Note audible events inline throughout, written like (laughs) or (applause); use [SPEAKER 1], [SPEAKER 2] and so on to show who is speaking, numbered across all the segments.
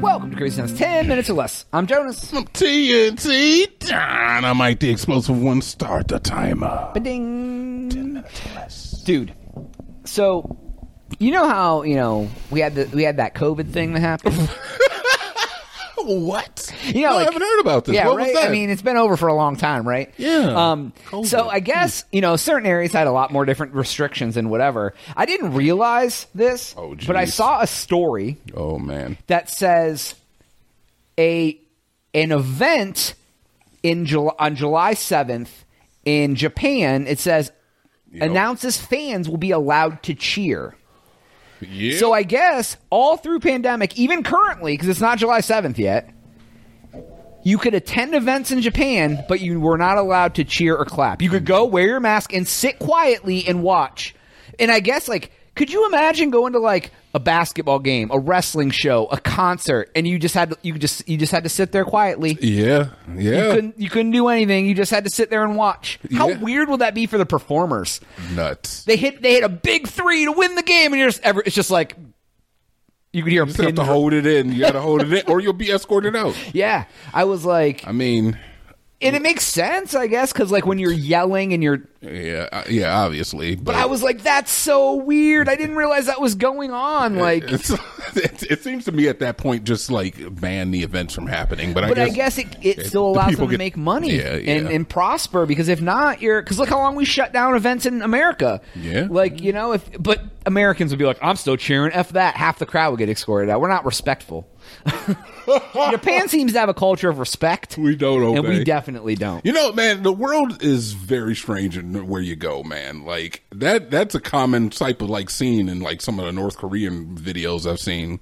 [SPEAKER 1] 30 cents. 10 minutes or less. I'm Jonas.
[SPEAKER 2] Some TNT dynamite, the explosive one. Start the timer.
[SPEAKER 1] Ding.
[SPEAKER 2] Minutes less.
[SPEAKER 1] Dude. So, you know how, you know, we had the we had that COVID thing
[SPEAKER 2] (laughs)
[SPEAKER 1] that happened?
[SPEAKER 2] What?
[SPEAKER 1] You
[SPEAKER 2] No,
[SPEAKER 1] know,
[SPEAKER 2] I
[SPEAKER 1] like-
[SPEAKER 2] haven't heard about this.
[SPEAKER 1] Yeah,
[SPEAKER 2] what
[SPEAKER 1] right?
[SPEAKER 2] was that?
[SPEAKER 1] I mean, it's been over for a long time, right?
[SPEAKER 2] Yeah.
[SPEAKER 1] Um, so
[SPEAKER 2] COVID.
[SPEAKER 1] I guess you know certain areas had a lot more different restrictions and whatever. I didn't realize this,
[SPEAKER 2] Oh,
[SPEAKER 1] but I
[SPEAKER 2] geez.
[SPEAKER 1] saw a story
[SPEAKER 2] oh man.
[SPEAKER 1] that says a an event in July, on July seventh in Japan. It says announces fans will be allowed to cheer.
[SPEAKER 2] Yeah.
[SPEAKER 1] So I guess all through pandemic, even currently, because it's not July 7th yet, you could attend events in Japan, but you were not allowed to cheer or clap. You could go wear your mask and sit quietly and watch. And I guess like, could you imagine going to like a basketball game, a wrestling show, a concert, and you just had to, you just you just had to sit there quietly.
[SPEAKER 2] yeah.
[SPEAKER 1] You
[SPEAKER 2] Yeah.
[SPEAKER 1] couldn't you couldn't do anything. You just had to sit there and watch. How
[SPEAKER 2] Yeah.
[SPEAKER 1] weird would that be for the performers?
[SPEAKER 2] Nuts.
[SPEAKER 1] they hit they hit a big three to win the game, and you're just ever it's just like you could hear
[SPEAKER 2] You
[SPEAKER 1] them
[SPEAKER 2] just have to hold it in. You got to hold it in, or you'll be escorted out.
[SPEAKER 1] Yeah, I was like,
[SPEAKER 2] I mean,
[SPEAKER 1] and it makes sense, I guess, because like when you're yelling and you're,
[SPEAKER 2] yeah, uh, yeah, obviously. But,
[SPEAKER 1] but I was like, that's so weird. I didn't realize that was going on. Like,
[SPEAKER 2] It's, (laughs) it, it seems to me at that point, just like ban the events from happening. But,
[SPEAKER 1] but
[SPEAKER 2] I,
[SPEAKER 1] I
[SPEAKER 2] guess,
[SPEAKER 1] guess it, it still
[SPEAKER 2] the
[SPEAKER 1] allows
[SPEAKER 2] people
[SPEAKER 1] them to
[SPEAKER 2] get-
[SPEAKER 1] make money
[SPEAKER 2] Yeah, yeah.
[SPEAKER 1] And, and prosper because if not, you're because look how long we shut down events in America.
[SPEAKER 2] Yeah.
[SPEAKER 1] like you know, if but Americans would be like, I'm still cheering. F that. Half the crowd would get escorted out. We're not respectful. (laughs) Japan seems to have a culture of respect.
[SPEAKER 2] we don't obey.
[SPEAKER 1] and we definitely don't.
[SPEAKER 2] You know, man, the world is very strange in where you go, man. Like that that's a common type of like scene in like some of the North Korean videos I've seen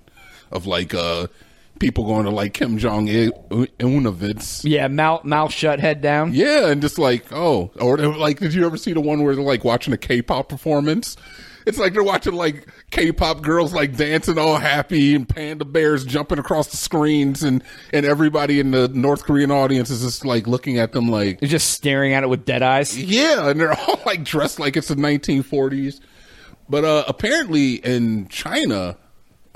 [SPEAKER 2] of like uh people going to like Kim Jong Il un events.
[SPEAKER 1] Yeah, mouth mouth shut, head down.
[SPEAKER 2] Yeah, and just like, oh, or they're, like did you ever see the one where they're like watching a K-pop performance? It's like they're watching like K-pop girls like dancing all happy and panda bears jumping across the screens and and everybody in the North Korean audience is just like looking at them like
[SPEAKER 1] They're just staring at it with dead eyes.
[SPEAKER 2] yeah, and they're (laughs) all like dressed like it's the 1940s. But uh, apparently in China,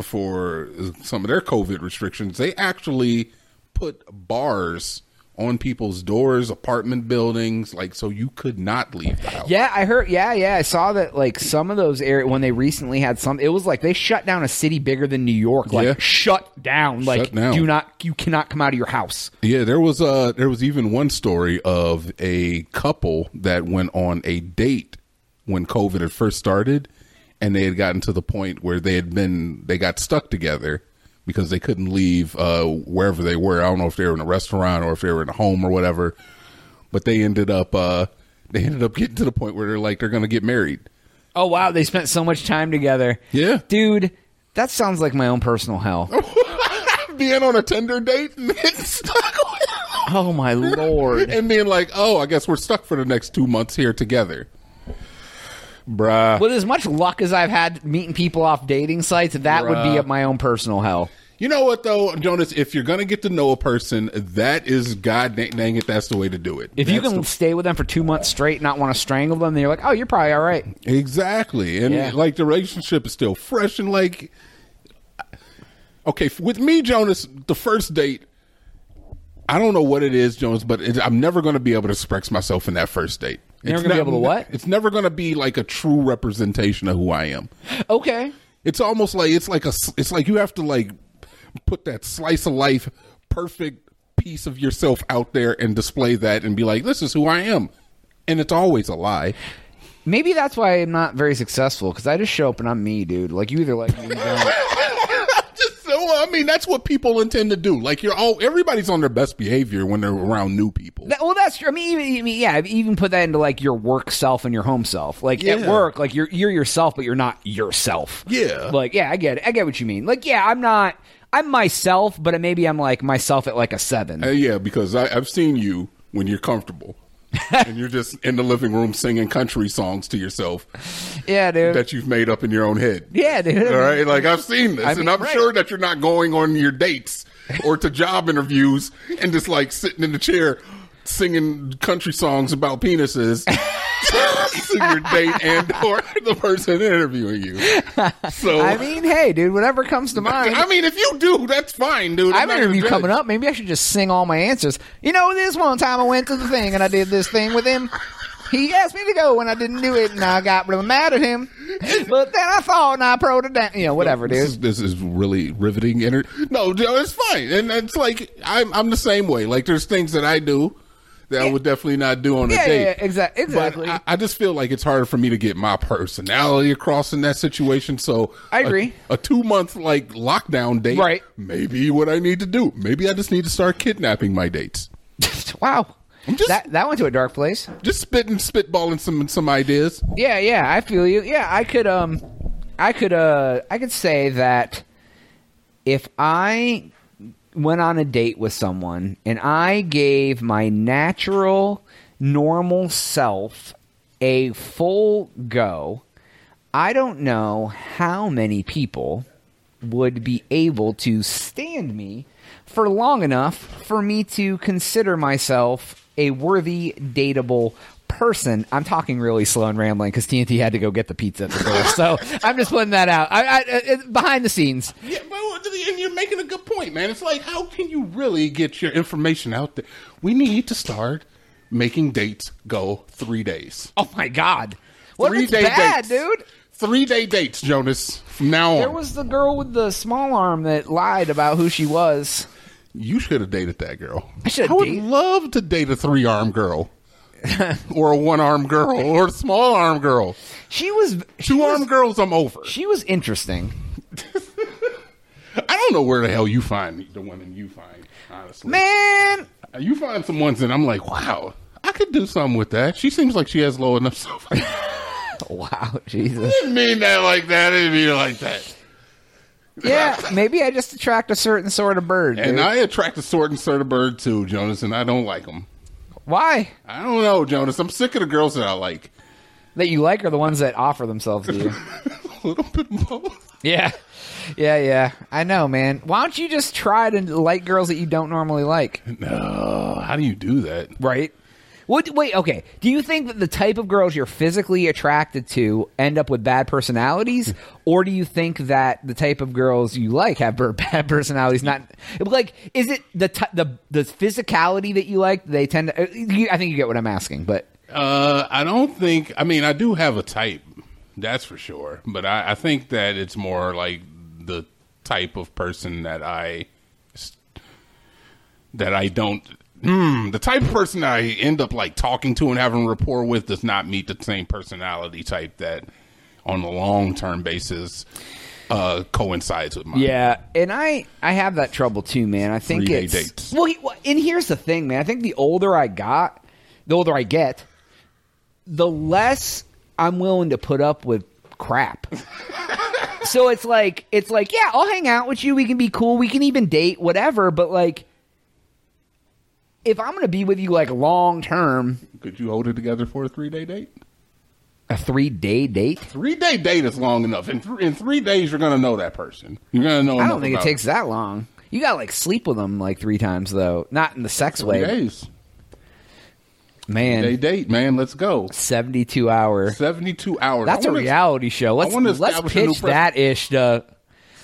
[SPEAKER 2] for some of their COVID restrictions, they actually put bars on people's doors, apartment buildings, like so you could not leave the house.
[SPEAKER 1] Yeah, I heard. Yeah, yeah, I saw that. Like some of those area when they recently had some, it was like they shut down a city bigger than New York. Like
[SPEAKER 2] Yeah.
[SPEAKER 1] shut down. Like
[SPEAKER 2] down.
[SPEAKER 1] do not, you cannot come out of your house.
[SPEAKER 2] Yeah, there was uh there was even one story of a couple that went on a date when COVID had first started and they had gotten to the point where they had been they got stuck together because they couldn't leave uh wherever they were. I don't know if they were in a restaurant or if they were in a home or whatever. But they ended up uh they ended up getting to the point where they're like they're gonna get married. (laughs)
[SPEAKER 1] Oh wow, they spent so much time together.
[SPEAKER 2] Yeah.
[SPEAKER 1] dude, that sounds like my own
[SPEAKER 2] (laughs)
[SPEAKER 1] personal hell.
[SPEAKER 2] Being on a Tinder date and getting stuck
[SPEAKER 1] oh my
[SPEAKER 2] (laughs)
[SPEAKER 1] lord.
[SPEAKER 2] and being like, Oh, I guess we're stuck for the next two months here together. Bruh.
[SPEAKER 1] With as much luck as I've had meeting people off dating sites, that would be
[SPEAKER 2] Bruh.
[SPEAKER 1] at my own personal hell.
[SPEAKER 2] You know what though, Jonas? If you're gonna get to know a person, that is god dang dang it, that's the way to do it.
[SPEAKER 1] If you
[SPEAKER 2] That's
[SPEAKER 1] can stay with them for two months straight, not want to strangle them, then you're like, oh, you're probably all right.
[SPEAKER 2] the- exactly, and
[SPEAKER 1] Yeah.
[SPEAKER 2] like the relationship is still fresh and like, okay, f- with me, Jonas, the first date, I don't know what it is, Jonas, but it, I'm never gonna be able to express myself in that first date.
[SPEAKER 1] You're never
[SPEAKER 2] It's
[SPEAKER 1] gonna be
[SPEAKER 2] not-
[SPEAKER 1] able to what?
[SPEAKER 2] It's never gonna be like a true representation of who I am.
[SPEAKER 1] Okay.
[SPEAKER 2] It's almost like it's like a s- it's like you have to like put that slice of life perfect piece of yourself out there and display that and be like this is who I am. And it's always a lie.
[SPEAKER 1] Maybe that's why I'm not very successful because I just show up and I'm me, dude. Like you either like me, or you don't.
[SPEAKER 2] Just so I mean that's what people intend to do. Like you're all everybody's on their best behavior when they're around new people.
[SPEAKER 1] (laughs) That- well, that's true. I mean, even, I mean, yeah, I've even put that into like your work self and your home self. Like at
[SPEAKER 2] Yeah.
[SPEAKER 1] work, like you're you're yourself, but you're not yourself.
[SPEAKER 2] Yeah.
[SPEAKER 1] Like yeah, I get it. I get what you mean. Like yeah, I'm not. I'm myself, but maybe I'm like myself at like a seven.
[SPEAKER 2] Uh, yeah, because I, I've seen you when you're comfortable. and you're just in the living room singing country songs to yourself
[SPEAKER 1] yeah, dude.
[SPEAKER 2] that you've made up in your own head.
[SPEAKER 1] yeah, dude.
[SPEAKER 2] All
[SPEAKER 1] (laughs)
[SPEAKER 2] right, like I've seen this,
[SPEAKER 1] I mean,
[SPEAKER 2] and I'm
[SPEAKER 1] right.
[SPEAKER 2] sure that you're not going on your dates or to job interviews and just like sitting in the chair singing country songs about penises (laughs) your date and or the person interviewing you. So
[SPEAKER 1] I mean, hey, dude, whatever comes to mind.
[SPEAKER 2] I mean, if you do, that's fine, dude.
[SPEAKER 1] I have an interview coming
[SPEAKER 2] up.
[SPEAKER 1] up. Maybe I should just sing all my answers. You know, this one time I went to the thing and I did this thing with him. He asked me to go and I didn't do it, and I got really mad at him. But then I thought, and I proed it down. You know, whatever,
[SPEAKER 2] This
[SPEAKER 1] dude.
[SPEAKER 2] is, this is really riveting. Inter- no, no, it's fine, and it's like I'm I'm the same way. Like there's things that I do that I would definitely not do on
[SPEAKER 1] Yeah,
[SPEAKER 2] a
[SPEAKER 1] yeah,
[SPEAKER 2] date.
[SPEAKER 1] yeah, exa- exactly.
[SPEAKER 2] But I, I just feel like it's harder for me to get my personality across in that situation. So
[SPEAKER 1] I agree.
[SPEAKER 2] A, two month like lockdown date,
[SPEAKER 1] Right.
[SPEAKER 2] Maybe what I need to do. Maybe I just need to start kidnapping my dates.
[SPEAKER 1] (laughs) wow.
[SPEAKER 2] just-
[SPEAKER 1] that, that went to a dark place.
[SPEAKER 2] Just spitting, spitballing some some ideas.
[SPEAKER 1] Yeah, yeah, I feel you. Yeah, I could um I could uh I could say that if I went on a date with someone and I gave my natural normal self a full go, I don't know how many people would be able to stand me for long enough for me to consider myself a worthy, dateable person. I'm talking really slow and rambling because TNT had to go get the pizza at the door. so I'm just putting that out. I, I, it- behind the scenes.
[SPEAKER 2] Yeah, but what- and you're making a good point, man. It's like, how can you really get your information out there? We need to start making dates go three days.
[SPEAKER 1] (laughs) Oh my God. What
[SPEAKER 2] three
[SPEAKER 1] if it's bad, dude?
[SPEAKER 2] Three day dates, Jonas. From now on,
[SPEAKER 1] There was the girl with the small arm that lied about who she was.
[SPEAKER 2] you should have dated that girl.
[SPEAKER 1] I should have
[SPEAKER 2] I would
[SPEAKER 1] date-
[SPEAKER 2] love to date a three arm
[SPEAKER 1] (laughs)
[SPEAKER 2] girl, or a one arm girl, or a small arm girl.
[SPEAKER 1] She was she
[SPEAKER 2] Two
[SPEAKER 1] was-
[SPEAKER 2] arm girls, I'm over.
[SPEAKER 1] She was interesting.
[SPEAKER 2] I don't know where the hell you find the women you find. Honestly, (laughs)
[SPEAKER 1] Man,
[SPEAKER 2] You find some ones that I'm like, wow, I could do something with that. She seems like she has low enough self. (laughs) I
[SPEAKER 1] wow, Jesus.
[SPEAKER 2] didn't mean that like that. I didn't mean it like that.
[SPEAKER 1] Yeah, maybe I just attract a certain sort of bird.
[SPEAKER 2] And
[SPEAKER 1] dude.
[SPEAKER 2] I attract a sword and sort of bird too, Jonas, and I don't like them.
[SPEAKER 1] Why?
[SPEAKER 2] I don't know, Jonas. I'm sick of the girls that I like. (laughs)
[SPEAKER 1] That you like are the ones that offer themselves to you.
[SPEAKER 2] a little bit both.
[SPEAKER 1] yeah. Yeah, yeah. I know, man. Why don't you just try to like girls that you don't normally like?
[SPEAKER 2] No, how do you do that?
[SPEAKER 1] Right? What, wait, okay. Do you think that the type of girls you're physically attracted to end up with bad personalities? Or do you think that the type of girls you like have ber- (laughs) bad personalities? Not like, is it the, t- the, the physicality that you like? They tend to, uh, you- I think you get what I'm asking, but
[SPEAKER 2] Uh, I don't think. I mean, I do have a type, that's for sure. But I, I think that it's more like the type of person that I that I don't. Mm, the type of person I end up like talking to and having rapport with does not meet the same personality type that, on a long term basis, uh, coincides with mine.
[SPEAKER 1] Yeah, and I I have that trouble too, man. I think
[SPEAKER 2] Three-day
[SPEAKER 1] it's
[SPEAKER 2] dates.
[SPEAKER 1] well. he- well, And here's the thing, man. I think the older I got, the older I get, the less I'm willing to put up with
[SPEAKER 2] (laughs)
[SPEAKER 1] crap. so it's like it's like yeah, I'll hang out with you. We can be cool. We can even date, whatever. But like, if I'm gonna be with you like long term,
[SPEAKER 2] Could you hold it together for a three day date?
[SPEAKER 1] a three day date.
[SPEAKER 2] Three day date is long enough. In, th- in three days, you're gonna know that person. You're gonna know.
[SPEAKER 1] I
[SPEAKER 2] enough
[SPEAKER 1] don't think it
[SPEAKER 2] about
[SPEAKER 1] takes that long. You gotta like sleep with them like three times though, not in the sex
[SPEAKER 2] three
[SPEAKER 1] way,
[SPEAKER 2] days.
[SPEAKER 1] man.
[SPEAKER 2] They date, man. Let's go.
[SPEAKER 1] 72 hour.
[SPEAKER 2] Seventy-two hours.
[SPEAKER 1] That's
[SPEAKER 2] I
[SPEAKER 1] a
[SPEAKER 2] wanna-
[SPEAKER 1] reality show. Let's
[SPEAKER 2] wanna
[SPEAKER 1] let's
[SPEAKER 2] establish a new
[SPEAKER 1] pitch
[SPEAKER 2] pres-
[SPEAKER 1] that ish to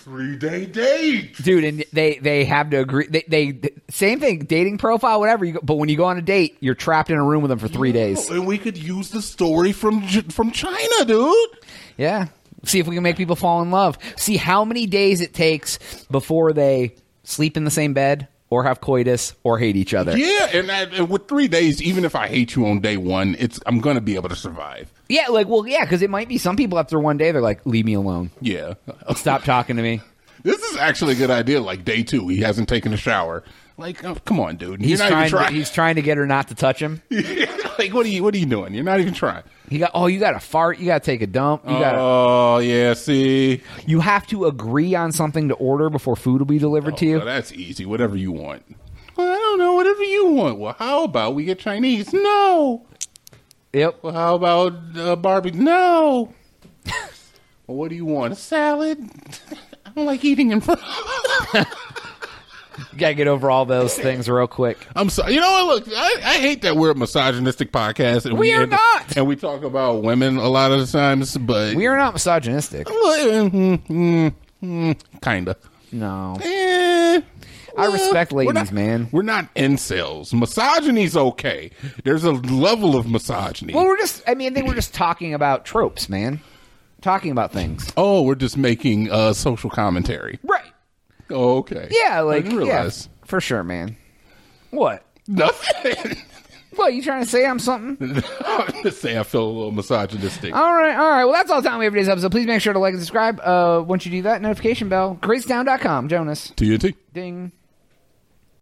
[SPEAKER 2] Three-day date.
[SPEAKER 1] dude and they they have to agree they, they same thing dating profile whatever you go, but when you go on a date you're trapped in a room with them for 3 days.
[SPEAKER 2] Oh, and we could use the story from J- from China, dude.
[SPEAKER 1] Yeah. See if we can make people fall in love. See how many days it takes before they sleep in the same bed or have coitus or hate each other.
[SPEAKER 2] Yeah, and, I, and with three days, even if I hate you on day one, it's I'm gonna be able to survive.
[SPEAKER 1] Yeah, like well yeah cuz it might be some people after one day they're like leave me alone.
[SPEAKER 2] Yeah.
[SPEAKER 1] (laughs) Stop talking to me.
[SPEAKER 2] This is actually a good idea. Like day two, he hasn't taken a shower. Like, oh, come on, dude.
[SPEAKER 1] He's
[SPEAKER 2] you're
[SPEAKER 1] trying,
[SPEAKER 2] not
[SPEAKER 1] to,
[SPEAKER 2] even
[SPEAKER 1] he's trying to get her not to touch him.
[SPEAKER 2] trying. (laughs) like, what are you? What are you doing? You're not even trying.
[SPEAKER 1] He got oh you got to fart, you got to take a dump, you got to
[SPEAKER 2] Oh yeah, see,
[SPEAKER 1] You have to agree on something to order before food will be delivered to
[SPEAKER 2] Oh,
[SPEAKER 1] you.
[SPEAKER 2] that's easy. Whatever you want. Well, I don't know. Whatever you want. Well, how about we get Chinese? No.
[SPEAKER 1] Yep.
[SPEAKER 2] Well, how about uh, Barbie? No. (laughs) well, what do you want? A salad? I don't like eating in front.
[SPEAKER 1] You gotta get over all those things real quick.
[SPEAKER 2] I'm sorry. You know what? Look, I, I hate that we're a misogynistic podcast. And
[SPEAKER 1] We are
[SPEAKER 2] end-
[SPEAKER 1] not.
[SPEAKER 2] and we talk about women a lot of the times, but mm-hmm,
[SPEAKER 1] We are not misogynistic.
[SPEAKER 2] kind of.
[SPEAKER 1] No.
[SPEAKER 2] Eh,
[SPEAKER 1] I
[SPEAKER 2] well,
[SPEAKER 1] respect
[SPEAKER 2] we're
[SPEAKER 1] ladies,
[SPEAKER 2] not-
[SPEAKER 1] man.
[SPEAKER 2] We're not incels. Misogyny's okay. There's a level of misogyny.
[SPEAKER 1] Well, we're just, I mean, I think we're just talking about tropes, man. Talking about things.
[SPEAKER 2] oh, we're just making uh, social commentary.
[SPEAKER 1] Right.
[SPEAKER 2] Oh, okay.
[SPEAKER 1] Yeah,
[SPEAKER 2] I
[SPEAKER 1] like,
[SPEAKER 2] didn't realize (laughs)
[SPEAKER 1] yeah, for sure, man. What?
[SPEAKER 2] nothing. (laughs)
[SPEAKER 1] What, you trying to say I'm something?
[SPEAKER 2] I'm just saying I feel a little misogynistic.
[SPEAKER 1] All right, all right. Well, that's all the time we have for today's episode. Please make sure to like and subscribe. Uh, once you do that, notification bell. GraceTown.com, Jonas.
[SPEAKER 2] TNT.
[SPEAKER 1] Ding.